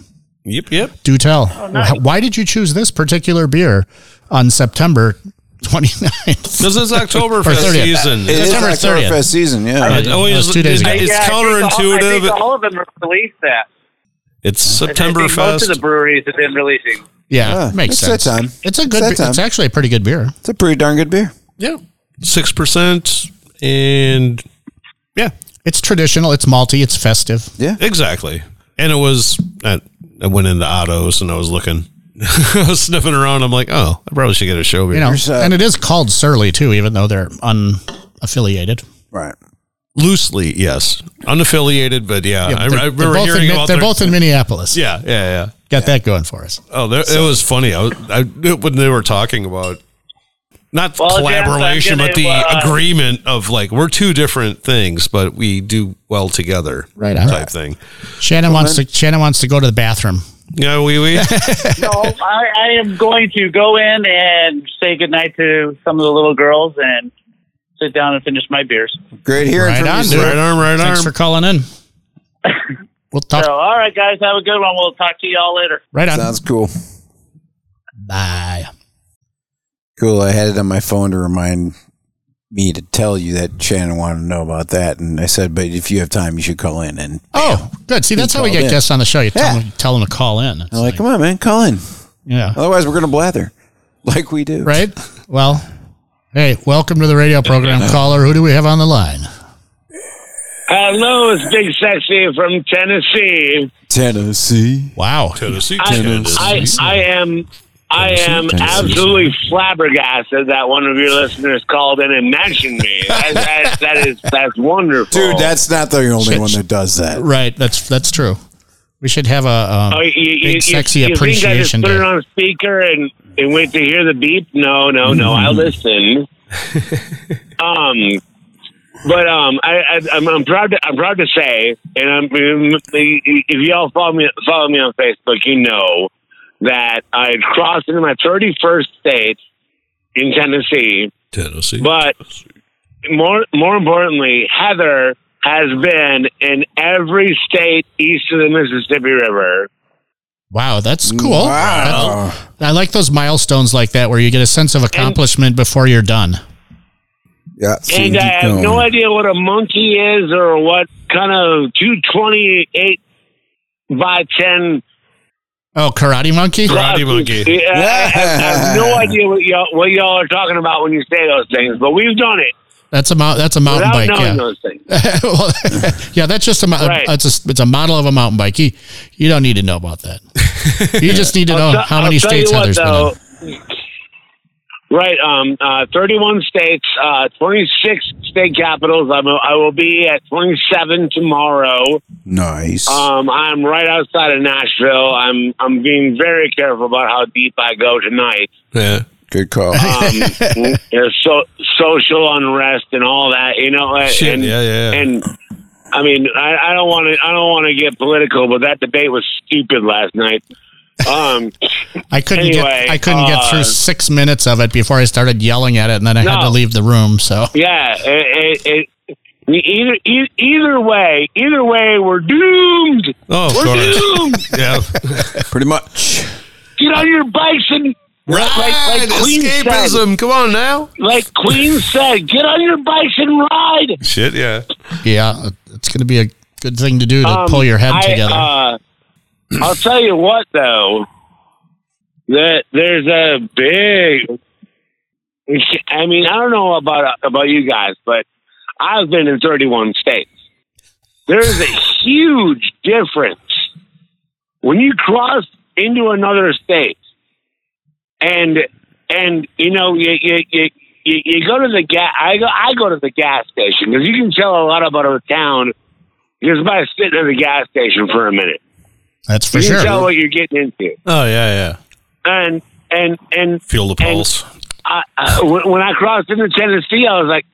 Speaker 2: Yep, yep.
Speaker 1: Do tell.
Speaker 2: Oh,
Speaker 1: Wh- Why did you choose this particular beer on September 29th?
Speaker 2: This is
Speaker 1: Or
Speaker 2: Oktoberfest
Speaker 1: 30th.
Speaker 2: season.
Speaker 3: it is
Speaker 1: September Uh, 30th.
Speaker 3: Oktoberfest season, yeah.
Speaker 1: It was two days
Speaker 2: it's,
Speaker 1: ago.
Speaker 2: it's
Speaker 5: Yeah, I think all- I think
Speaker 2: counterintuitive.
Speaker 5: all of them released that.
Speaker 2: It's
Speaker 5: I think
Speaker 2: September
Speaker 5: Most of the
Speaker 2: Fest.
Speaker 5: breweries have been releasing.
Speaker 1: Yeah,
Speaker 3: Yeah,
Speaker 1: makes
Speaker 3: Ah, it's that
Speaker 1: sense.
Speaker 3: time.
Speaker 1: It's a
Speaker 3: It's
Speaker 1: good.
Speaker 3: that
Speaker 1: It's, it's
Speaker 3: time.
Speaker 1: actually a pretty good beer.
Speaker 3: It's a pretty darn good beer.
Speaker 2: Yeah, six percent, and yeah,
Speaker 1: It's traditional. It's malty. It's festive.
Speaker 3: Yeah.
Speaker 2: exactly. And it was I, I went into Otto's and I was looking, I was sniffing around. I'm like, oh, I probably should get a show beer.
Speaker 1: You know,
Speaker 3: Here's, uh,
Speaker 1: and it is called Surly too, even though they're unaffiliated.
Speaker 3: Right.
Speaker 2: Loosely, yes, unaffiliated, but yeah, I,
Speaker 1: they're, they're
Speaker 2: I remember
Speaker 1: both in,
Speaker 2: hearing
Speaker 1: Mi-
Speaker 2: about
Speaker 1: they're
Speaker 2: their-
Speaker 1: both in Minneapolis.
Speaker 2: Yeah, yeah, yeah.
Speaker 1: got that going for us.
Speaker 2: Oh, there, it was funny. I, was, I when they were talking about not
Speaker 5: Well, Jeff, I'm
Speaker 2: collaboration,
Speaker 5: gonna,
Speaker 2: but the
Speaker 5: uh,
Speaker 2: agreement of like we're two different things, but we do well together,
Speaker 1: Right on.
Speaker 2: Type thing.
Speaker 1: Shannon wants to. Shannon wants to go to the bathroom.
Speaker 2: Yeah, we we.
Speaker 5: No, I, I am going to go in and say goodnight to some of the little girls and sit down and finish my beers.
Speaker 3: Great hearing
Speaker 1: Right
Speaker 3: from
Speaker 1: on,
Speaker 3: you,
Speaker 1: dude.
Speaker 3: sir.
Speaker 2: right arm, right
Speaker 1: Thanks
Speaker 2: arm.
Speaker 1: for calling in. We'll talk
Speaker 5: So, all right, guys, have a good one. We'll talk to you all later.
Speaker 1: right on.
Speaker 3: Sounds cool.
Speaker 1: Bye.
Speaker 3: Cool. I had it on my phone to remind me to tell you that Shannon wanted to know about that, and I said, "But if you have time, you should call in." And
Speaker 1: Oh, good. See, that's how we
Speaker 3: called
Speaker 1: get
Speaker 3: in.
Speaker 1: guests on the show. You tell,
Speaker 3: Yeah.
Speaker 1: them, tell them to call in. It's
Speaker 3: I'm like, "Come on, man, call in.
Speaker 1: yeah.
Speaker 3: Otherwise, we're gonna blather like we do."
Speaker 1: Right? Well, hey, welcome to the radio program, caller. Who do we have on the line?
Speaker 4: Hello, it's Big Sexy from Tennessee.
Speaker 3: Tennessee.
Speaker 1: Wow.
Speaker 2: Tennessee,
Speaker 4: I, I am I am
Speaker 3: Tennessee.
Speaker 4: absolutely flabbergasted that one of your listeners called in and mentioned me. That, that, that is that's wonderful,
Speaker 3: Dude, that's not the only one that does that.
Speaker 1: Right. That's that's true. We should have a. Um,
Speaker 4: Oh, you, you,
Speaker 1: Big
Speaker 4: you-
Speaker 1: Sexy
Speaker 4: you Think I just
Speaker 1: Appreciation
Speaker 4: put it
Speaker 1: Day.
Speaker 4: on speaker and, and wait to hear the beep? No, no, no. I listened. um, but um, I, I I'm, I'm proud. To, I'm proud to say, and I'm, if y'all follow me follow me on Facebook, you know that I had crossed into my 31st state in Tennessee.
Speaker 2: Tennessee.
Speaker 4: But more more importantly, Heather has been in every state east of the Mississippi River.
Speaker 1: wow, that's cool.
Speaker 3: Wow.
Speaker 1: I, I like those milestones like that where you get a sense of accomplishment before you're done.
Speaker 3: Yeah. see,
Speaker 4: And I
Speaker 3: keep
Speaker 4: have no
Speaker 3: going.
Speaker 4: idea what a monkey is or what kind of 228 by 10
Speaker 1: Oh, Karate Monkey?
Speaker 2: Karate monkey.
Speaker 4: Yeah, I, I have no idea what y'all, what y'all are talking about when you say those things, but we've done it
Speaker 1: That's a mou- that's a mountain
Speaker 4: without
Speaker 1: bike.
Speaker 4: knowing
Speaker 1: Oh, Yeah,
Speaker 4: those things.
Speaker 1: Well, yeah, that's just a, mo-
Speaker 4: Right.
Speaker 1: it's a it's a model of a mountain bike. You, you don't need to know about that. You just need to know
Speaker 4: I'll te-
Speaker 1: how many
Speaker 4: I'll tell you
Speaker 1: states
Speaker 4: what,
Speaker 1: Heather's been in.
Speaker 4: though. Right, um, uh, 31 states, uh, 26 state capitals. I'm, I will be at 27 tomorrow.
Speaker 3: Nice.
Speaker 4: Um, I'm right outside of Nashville. I'm I'm being very careful about how deep I go tonight.
Speaker 2: yeah.
Speaker 3: Good call.
Speaker 4: Um, you know, so social unrest and all that, you know. uh,
Speaker 2: Shit,
Speaker 4: and,
Speaker 2: yeah, yeah, yeah.
Speaker 4: And I mean, I, I don't want to I don't want to get political, but that debate was stupid last night. Um,
Speaker 1: I couldn't
Speaker 4: Anyway,
Speaker 1: get I couldn't get
Speaker 4: uh,
Speaker 1: through six minutes of it before I started yelling at it, and then I had to
Speaker 4: No.
Speaker 1: leave the room. So
Speaker 4: Yeah, it, it, it, either e- either way, either way, we're doomed.
Speaker 2: Oh, of
Speaker 4: We're
Speaker 2: course.
Speaker 4: doomed.
Speaker 2: yeah.
Speaker 3: Uh, Pretty much.
Speaker 4: Get on your bikes and
Speaker 2: Right.
Speaker 4: like Queen said.
Speaker 2: escapism. Come on now.
Speaker 4: like Queen said, get on your bikes and ride.
Speaker 2: Shit. Yeah.
Speaker 1: yeah, it's going to be a good thing to do to
Speaker 4: Um,
Speaker 1: pull your head
Speaker 4: I,
Speaker 1: together.
Speaker 4: Uh, I'll tell you what, though, that there's a big. I mean, I don't know about about you guys, but I've been in 31 states. There is a huge difference when you cross into another state, and and you know you you you, you, you go to the gas. I go I go to the gas station because you can tell a lot about a town just by sitting at the gas station for a minute.
Speaker 1: That's for
Speaker 4: you
Speaker 1: sure.
Speaker 4: can tell what you're getting into,
Speaker 2: Oh yeah, yeah.
Speaker 4: and and and
Speaker 2: Feel the
Speaker 4: And-
Speaker 2: pulse.
Speaker 4: I, I, when when I crossed into Tennessee, I was like,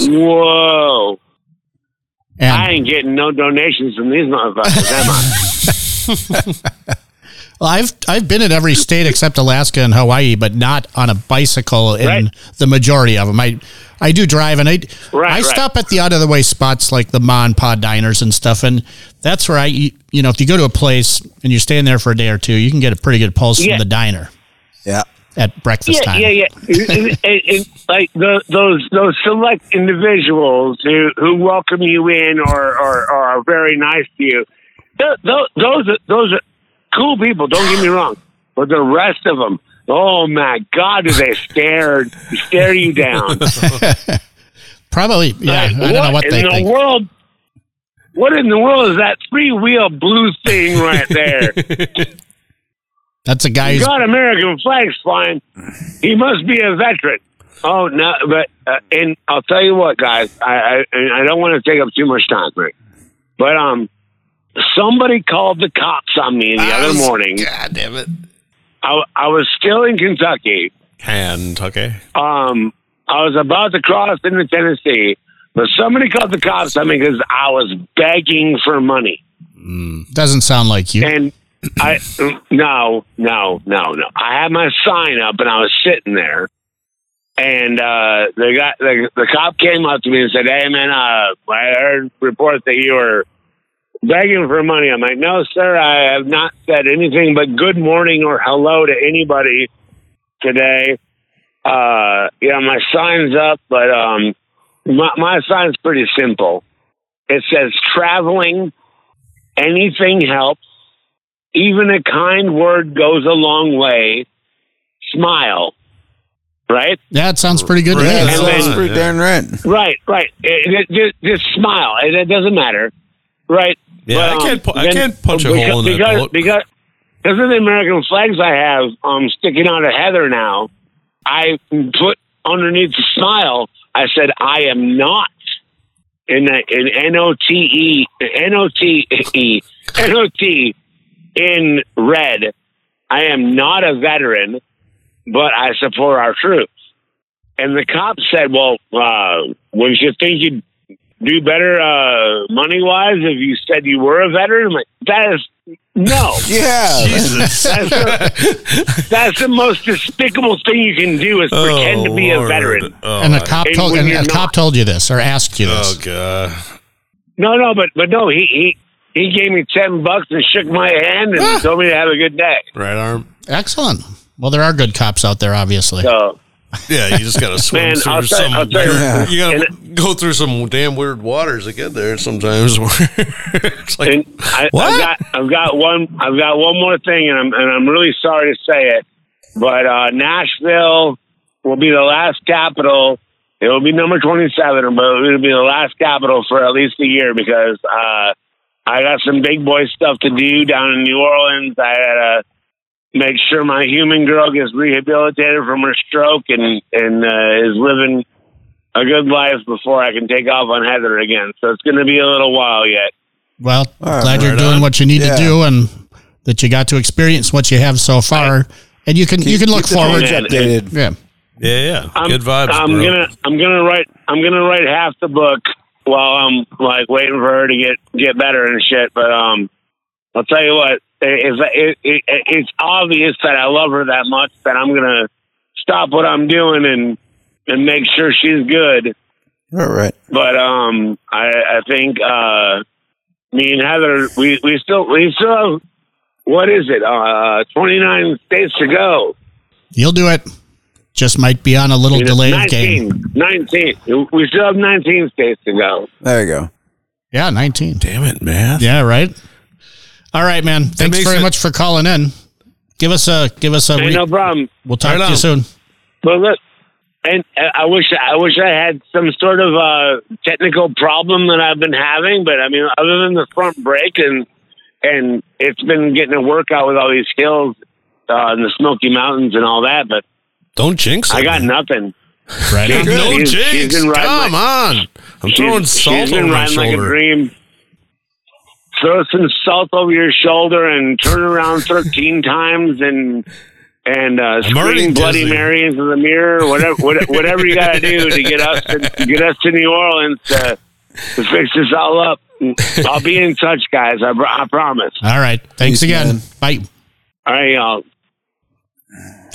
Speaker 4: whoa. I
Speaker 1: and
Speaker 4: ain't getting no donations from these motherfuckers, am I?
Speaker 1: well, I've I've been in every state except Alaska and Hawaii, but not on a bicycle in
Speaker 4: Right.
Speaker 1: the majority of them. I I do drive, and I
Speaker 4: Right,
Speaker 1: I
Speaker 4: right.
Speaker 1: stop at the out of the way spots like the Mon Pod diners and stuff, and that's where I eat. You know, if you go to a place and you're staying there for a day or two, you can get a pretty good pulse
Speaker 4: Yeah.
Speaker 1: from the diner
Speaker 3: Yeah.
Speaker 1: at breakfast
Speaker 4: yeah,
Speaker 1: time.
Speaker 4: yeah, yeah, It- it- it- it- Like the, those those select individuals who, who welcome you in or, or, or are very nice to you. Th- th- those are, those are cool people. Don't get me wrong, but the rest of them, oh my god, do they stare stare you down?
Speaker 1: Probably, yeah.
Speaker 4: Like,
Speaker 1: I don't know what
Speaker 4: in
Speaker 1: they
Speaker 4: the
Speaker 1: think.
Speaker 4: world. What in the world is that three wheel blue thing right there?
Speaker 1: That's a guy who's
Speaker 4: got American flags flying. He must be a veteran. Oh no, but uh, and I'll tell you what, guys. I I, and I don't want to take up too much time, Rick, but um, somebody called the cops on me the other morning.
Speaker 2: God damn it.
Speaker 4: I I was still in Kentucky.
Speaker 2: Kentucky.
Speaker 4: Um, I was about to cross into Tennessee, but somebody called the cops on me because I was begging for money.
Speaker 1: doesn't sound like you.
Speaker 4: And I no, no, no, no. I had my sign up and I was sitting there, and uh, the guy, the, the cop came up to me and said, "Hey, man, uh, I heard reports that you were begging for money." I'm like, "No, sir, I have not said anything but good morning or hello to anybody today." Uh, yeah, my sign's up, but um, my, my sign's pretty simple. It says traveling anything helps. Even a kind word goes a long way. Smile. Right?
Speaker 1: Yeah, it sounds pretty good. to
Speaker 2: Right.
Speaker 1: me.
Speaker 4: And
Speaker 3: That's
Speaker 2: then-
Speaker 3: pretty darn right.
Speaker 4: Right, right. It, it, just, just smile. It, it doesn't matter. Right?
Speaker 2: Yeah, I can't pu- I can't punch a
Speaker 4: um, because,
Speaker 2: hole in that
Speaker 4: because,
Speaker 2: bullet.
Speaker 4: Because, because of the American flags I have um, sticking out of Heather now, I put underneath the smile, I said, I am not in the, in N-O-T-E, N-O-T-E, N-O-T in red. I am not a veteran, but I support our troops. And the cop said, well, uh, wouldn't you think you'd do better uh, money-wise if you said you were a veteran? I'm like, that is, no.
Speaker 3: Yeah.
Speaker 2: Jesus.
Speaker 4: That's the, that's the most despicable thing you can do is pretend to be a
Speaker 2: Oh, Lord.
Speaker 4: veteran.
Speaker 2: Oh,
Speaker 1: and a
Speaker 2: I-
Speaker 1: cop
Speaker 4: and
Speaker 1: told
Speaker 4: when
Speaker 1: and a
Speaker 4: you're
Speaker 1: cop
Speaker 4: not-
Speaker 1: told you this or asked you
Speaker 2: Oh
Speaker 1: this.
Speaker 2: god.
Speaker 4: No, no, but but no, he he, he gave me ten bucks and shook my hand
Speaker 2: Ah!
Speaker 4: and told me to have a good day.
Speaker 2: Right arm.
Speaker 1: Excellent. Well, there are good cops out there, obviously.
Speaker 4: So
Speaker 2: Yeah, you just gotta swim
Speaker 4: Man,
Speaker 2: through
Speaker 4: I'll tell-
Speaker 2: some.
Speaker 4: I'll tell you-
Speaker 2: weird- you gotta go through some damn weird waters to get there sometimes. it's like,
Speaker 4: and I,
Speaker 2: What?
Speaker 4: I've got I've got one I've got one more thing and I'm and I'm really sorry to say it, but uh, Nashville will be the last capital. It will be number twenty seven, but it'll be the last capital for at least a year because uh, I got some big boy stuff to do down in New Orleans. I gotta make sure my human girl gets rehabilitated from her stroke and and uh, is living a good life before I can take off on Heather again. So it's going to be a little while yet.
Speaker 1: Well,
Speaker 3: All
Speaker 1: glad you're
Speaker 2: right
Speaker 1: doing
Speaker 2: on.
Speaker 1: what you need
Speaker 3: Yeah.
Speaker 1: to do and that you got to experience what you have so far. And you can you can look
Speaker 3: Keep the
Speaker 1: forward.
Speaker 3: page
Speaker 4: Yeah.
Speaker 3: updated.
Speaker 1: Yeah.
Speaker 2: yeah, yeah,
Speaker 4: I'm,
Speaker 2: good vibes.
Speaker 4: I'm
Speaker 2: bro.
Speaker 4: gonna I'm gonna write I'm gonna write half the book while I'm like waiting for her to get get better and shit. But um, I'll tell you what, if it, it, it, it's obvious that I love her that much that I'm gonna stop what I'm doing and and make sure she's good.
Speaker 3: All right.
Speaker 4: But um, I I think uh, me and Heather we we still we still have, what is it uh 29 states to go.
Speaker 1: You'll do it. Just might be on a little
Speaker 4: You know,
Speaker 1: delayed game.
Speaker 4: 19, 19. We still have 19 states to go.
Speaker 3: There you go.
Speaker 1: Yeah, 19.
Speaker 2: Damn it, man.
Speaker 1: Yeah, right. All right, man. Thanks
Speaker 2: makes
Speaker 1: very
Speaker 2: it-
Speaker 1: much for calling in. Give us a give us a
Speaker 4: Ain't
Speaker 1: re-
Speaker 4: no problem.
Speaker 1: we'll talk
Speaker 2: Right
Speaker 1: to you
Speaker 2: on.
Speaker 1: soon.
Speaker 4: But look, and uh, I wish I wish I had some sort of uh, technical problem that I've been having. But I mean, other than the front brake and and it's been getting a workout with all these hills uh, in the Smoky Mountains and all that. But
Speaker 2: Don't jinx it.
Speaker 4: I got nothing.
Speaker 1: Right?
Speaker 4: Good.
Speaker 2: No
Speaker 4: He's- he's
Speaker 2: jinx.
Speaker 4: been riding
Speaker 2: Come on. I'm throwing
Speaker 4: She's-
Speaker 2: salt
Speaker 4: she's been
Speaker 2: on my
Speaker 4: riding Like a
Speaker 2: shoulder.
Speaker 4: dream. Throw some salt over your shoulder and turn around thirteen times and and uh,
Speaker 2: I'm already
Speaker 4: scream Bloody
Speaker 2: dizzy.
Speaker 4: Marys in the mirror, whatever what- whatever you got to do to get us to, get us to New Orleans to, to fix this all up. I'll be in touch, guys. I, pr- I promise.
Speaker 1: All right. Thanks
Speaker 3: Peace,
Speaker 1: again.
Speaker 3: man.
Speaker 1: Bye.
Speaker 4: All right, y'all.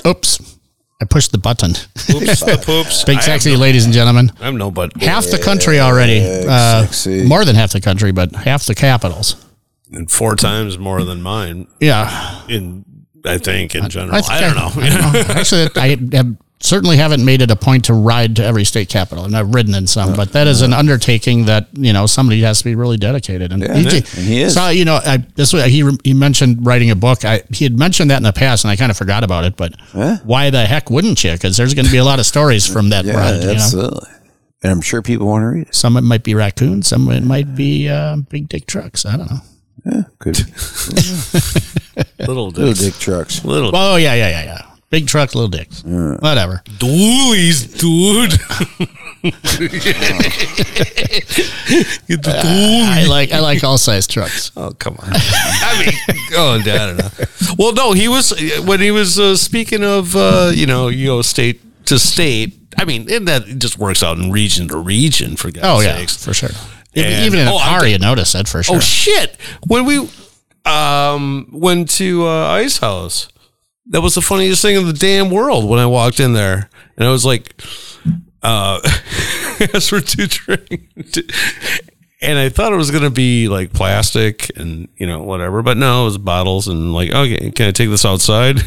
Speaker 1: Oops. I pushed the button.
Speaker 2: Oops, the poops.
Speaker 1: Big
Speaker 2: I have
Speaker 1: sexy,
Speaker 2: no-
Speaker 1: ladies and gentlemen.
Speaker 2: I'm no but.
Speaker 1: Half the country already. Uh,
Speaker 3: sexy.
Speaker 1: more than half the country, but half the capitals.
Speaker 2: And four times more than mine.
Speaker 1: Yeah.
Speaker 2: In I think in general. I,
Speaker 1: think
Speaker 2: don't know.
Speaker 1: I don't know. Actually, I have, certainly haven't made it a point to ride to every state capital, and I've ridden in some, but that is an undertaking that you know somebody has to be really dedicated. And he, did-
Speaker 3: and he is.
Speaker 1: So you know, I, this way he he mentioned writing a book. I he had mentioned that in the past, and I kind of forgot about it. But why the heck wouldn't you? Because there's going to be a lot of stories from that
Speaker 3: Yeah,
Speaker 1: ride. You know?
Speaker 3: absolutely. And I'm sure people want to read it.
Speaker 1: Some it might be raccoons, some it might be uh, big dick trucks. I don't know.
Speaker 3: Good.
Speaker 2: Little
Speaker 3: Little
Speaker 2: dicks.
Speaker 3: dick trucks.
Speaker 2: Little
Speaker 1: Oh yeah, yeah, yeah, yeah. Big truck, little dicks. Whatever.
Speaker 2: doilies, dude. Get the
Speaker 1: I
Speaker 2: doilies.
Speaker 1: like I like all size trucks.
Speaker 2: Oh come on! I mean, oh, I don't know. Well, no, he was when he was uh, speaking of uh, you know you go state to state. I mean, and that just works out in region to region for God's
Speaker 1: Oh yeah,
Speaker 2: sakes.
Speaker 1: for sure. Even-
Speaker 2: And-
Speaker 1: Even in a
Speaker 2: oh, I'm
Speaker 1: car,
Speaker 2: d-
Speaker 1: you notice it for sure.
Speaker 2: Oh shit! When we um went to uh, Ice House, that was the funniest thing in the damn world. When I walked in there, and I was like, uh, asked for two drinks, and I thought it was gonna be like plastic and you know whatever, but no, it was bottles and like, okay, can I take this outside?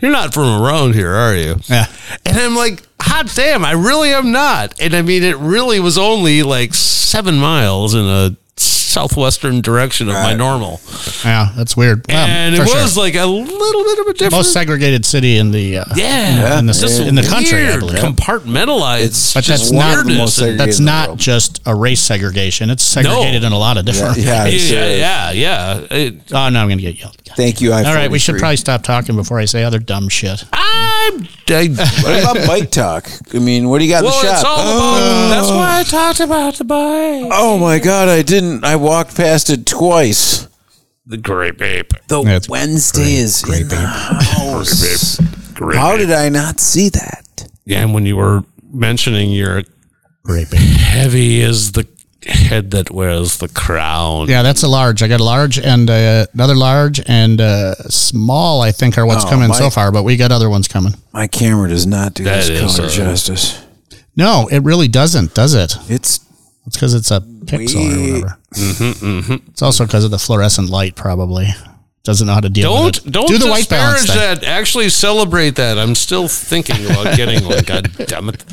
Speaker 2: You're not from around here, are you?
Speaker 1: yeah.
Speaker 2: And I'm like, hot damn, I really am not. And I mean, it really was only like seven miles in a southwestern direction of my normal.
Speaker 1: yeah, that's weird. Yeah,
Speaker 2: and it
Speaker 1: for sure.
Speaker 2: was like a little bit of a different.
Speaker 1: most segregated city in the uh,
Speaker 2: yeah.
Speaker 1: in the, in the country. I
Speaker 2: Weird,
Speaker 1: believe.
Speaker 2: compartmented.
Speaker 3: It's
Speaker 1: But that's
Speaker 3: just one of
Speaker 1: not
Speaker 3: the most
Speaker 2: weirdness.
Speaker 1: that's
Speaker 3: segregated in the
Speaker 1: not
Speaker 3: world.
Speaker 1: just a race segregation. It's segregated in a lot of different.
Speaker 3: Yeah. it's, uh,
Speaker 2: yeah, yeah, yeah. It-
Speaker 1: Oh no, I'm gonna get yelled. at.
Speaker 3: Thank you. I
Speaker 1: All right, we should probably stop talking before I say other dumb shit.
Speaker 2: I'm. I,
Speaker 3: What about bike talk? I mean, what do you got
Speaker 2: well,
Speaker 3: in the
Speaker 2: it's
Speaker 3: shop?
Speaker 2: all about. That's why I talked about the bike.
Speaker 3: Oh my god, I didn't. I walked past it twice.
Speaker 2: The great ape.
Speaker 3: The
Speaker 1: That's
Speaker 3: Wednesday is in the house.
Speaker 2: Great
Speaker 3: How did I not see that?
Speaker 2: Yeah, and when you were mentioning your
Speaker 1: Raping.
Speaker 2: heavy is the head that wears the crown.
Speaker 1: Yeah, that's a large. I got a large and uh, another large and uh, small. I think are what's
Speaker 3: Oh,
Speaker 1: coming so
Speaker 3: Mike.
Speaker 1: far, but we got other ones coming.
Speaker 3: My camera does not do
Speaker 2: That
Speaker 3: this
Speaker 2: is,
Speaker 3: color
Speaker 2: uh,
Speaker 3: justice.
Speaker 1: No, it really doesn't, does it?
Speaker 3: It's
Speaker 1: It's because it's a pixel or
Speaker 3: We-
Speaker 1: whatever.
Speaker 2: Mm-hmm,
Speaker 1: It's also because of the fluorescent light, probably. Doesn't know how to deal with
Speaker 2: Don't
Speaker 1: it.
Speaker 2: don't
Speaker 1: do the white balance
Speaker 2: disparage
Speaker 1: thing.
Speaker 2: that. Actually, celebrate that. I'm still thinking about getting one. God damn it!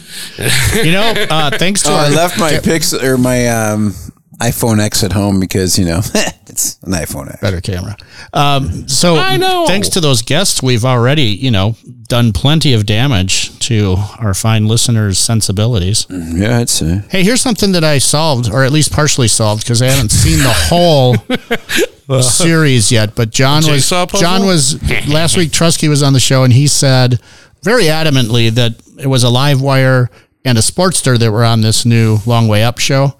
Speaker 1: You know, uh, thanks to
Speaker 3: oh,
Speaker 1: our
Speaker 3: I left my pixel or my um, iPhone X at home because you know it's an iPhone X.
Speaker 1: better camera. Um, so
Speaker 2: I know.
Speaker 1: thanks to those guests, we've already you know done plenty of damage to our fine listeners' sensibilities.
Speaker 3: Yeah, it's uh,
Speaker 1: Hey, here's something that I solved, or at least partially solved, because I haven't seen the whole series yet. But John was
Speaker 2: jigsaw puzzle?
Speaker 1: John was last week. Trusky was on the show, and he said very adamantly that it was a live wire and a Sportster that were on this new Long Way Up show,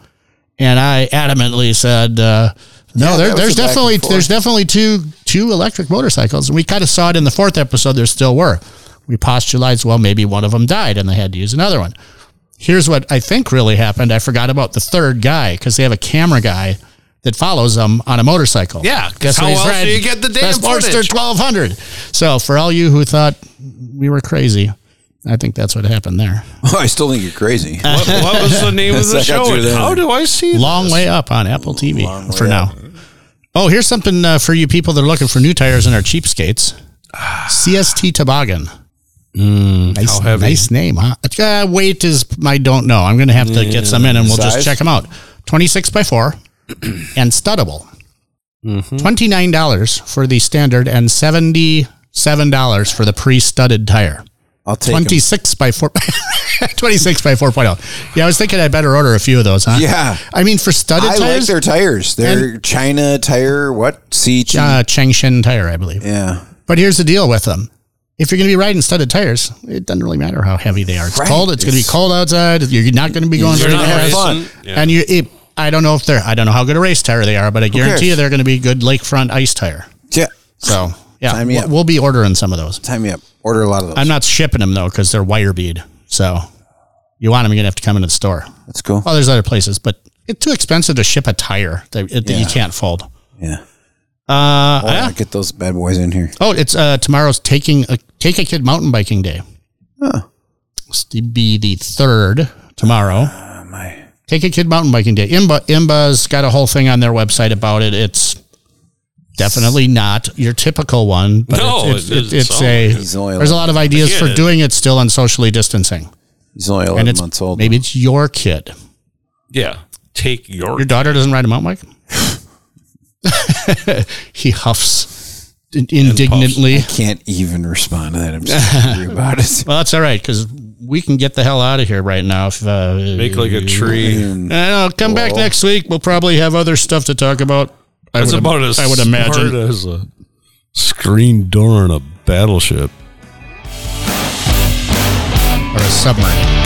Speaker 1: and I adamantly said. Uh, no, there,
Speaker 3: that was
Speaker 1: there's
Speaker 3: a back and
Speaker 1: definitely
Speaker 3: forth.
Speaker 1: there's definitely two two electric motorcycles, and we kind of saw it in the fourth episode. There still were. We postulated, well, maybe one of them died, and they had to use another one here's what I think really happened. I forgot about the third guy because they have a camera guy that follows them on a motorcycle.
Speaker 2: Yeah, 'cause
Speaker 1: guess
Speaker 2: how
Speaker 1: what he's
Speaker 2: else do
Speaker 1: riding?
Speaker 2: you get the damn
Speaker 1: Best Forster
Speaker 2: footage?
Speaker 1: 1200. So for all you who thought we were crazy, I think that's what happened there.
Speaker 3: oh, I still think you're crazy.
Speaker 2: What, what was the name of the
Speaker 3: Suck up
Speaker 2: show?
Speaker 3: to
Speaker 2: and
Speaker 3: them.
Speaker 2: How do I see?
Speaker 1: Long way up on Apple TV for now. Oh, here's something uh, for you people that are looking for new tires and are cheapskates. CST Toboggan.
Speaker 3: Hmm,
Speaker 1: nice,
Speaker 2: heavy?
Speaker 1: nice name, huh? Uh, weight is, I don't know. I'm going to have to get some in and we'll just
Speaker 3: Size?
Speaker 1: check them out. 26 by 4 and studdable.
Speaker 3: Mm-hmm.
Speaker 1: $29 for the standard and $77 for the pre studded tire.
Speaker 3: I'll take 'em.
Speaker 1: 26 by 4 26 by 4.0 yeah i was thinking i better order a few of those huh
Speaker 3: Yeah.
Speaker 1: i mean for studded
Speaker 3: I like
Speaker 1: tires
Speaker 3: their tires. They're China tire. What? C.
Speaker 1: uh changshin tire i believe
Speaker 3: yeah.
Speaker 1: but here's the deal with them if you're going to be riding studded tires, it doesn't really matter how heavy they are. It's
Speaker 3: Right.
Speaker 1: cold. It's, going to be
Speaker 3: It's-
Speaker 1: cold outside. You're not going to be going
Speaker 3: You're
Speaker 1: very
Speaker 3: not
Speaker 1: fast.
Speaker 3: have fun.
Speaker 2: Yeah.
Speaker 1: And you, it, I don't know if they're, I don't know how good a race tire they are, but I guarantee you
Speaker 3: cares?
Speaker 1: they're going to be good lakefront ice tire.
Speaker 3: Yeah.
Speaker 1: So yeah,
Speaker 3: Sign me
Speaker 1: we'll,
Speaker 3: up.
Speaker 1: we'll be ordering some of those.
Speaker 3: Time me up. Order a lot of those.
Speaker 1: I'm not shipping them though because they're wire bead. So you want them, you're going to have to come into the store.
Speaker 3: That's cool.
Speaker 1: Well, there's other places, but it's too expensive to ship a tire that, that you
Speaker 3: Yeah.
Speaker 1: can't fold.
Speaker 3: Yeah.
Speaker 1: Uh,
Speaker 3: Oh,
Speaker 1: yeah.
Speaker 3: Get those bad boys in here.
Speaker 1: oh, it's uh, tomorrow's taking a take a kid mountain biking day.
Speaker 3: Huh.
Speaker 1: It's to be the third tomorrow.
Speaker 3: Oh, my.
Speaker 1: Take a kid mountain biking day. Imba Imba's got a whole thing on their website about it. It's definitely not your typical one. But
Speaker 2: No,
Speaker 1: it's,
Speaker 2: it
Speaker 1: it's,
Speaker 2: is
Speaker 1: it's a
Speaker 3: He's only
Speaker 1: there's a lot of ideas for
Speaker 2: Yeah.
Speaker 1: doing it still on socially distancing,
Speaker 3: He's only
Speaker 1: and
Speaker 3: 11
Speaker 1: it's
Speaker 3: months old.
Speaker 1: maybe it's your kid.
Speaker 2: Yeah. Take your.
Speaker 1: Your daughter doesn't ride a mountain bike. he huffs in- indignantly.
Speaker 3: Can't even respond to that. I'm just angry about it.
Speaker 1: Well, that's all right because we can get the hell out of here right now. If uh,
Speaker 2: Make like a tree.
Speaker 3: And
Speaker 1: I know. Come back next week. We'll probably have other stuff to talk about. I
Speaker 2: That's
Speaker 1: would, im-
Speaker 2: about as
Speaker 1: I would
Speaker 2: smart
Speaker 1: imagine.
Speaker 2: as a screen door in a battleship.
Speaker 1: or a submarine.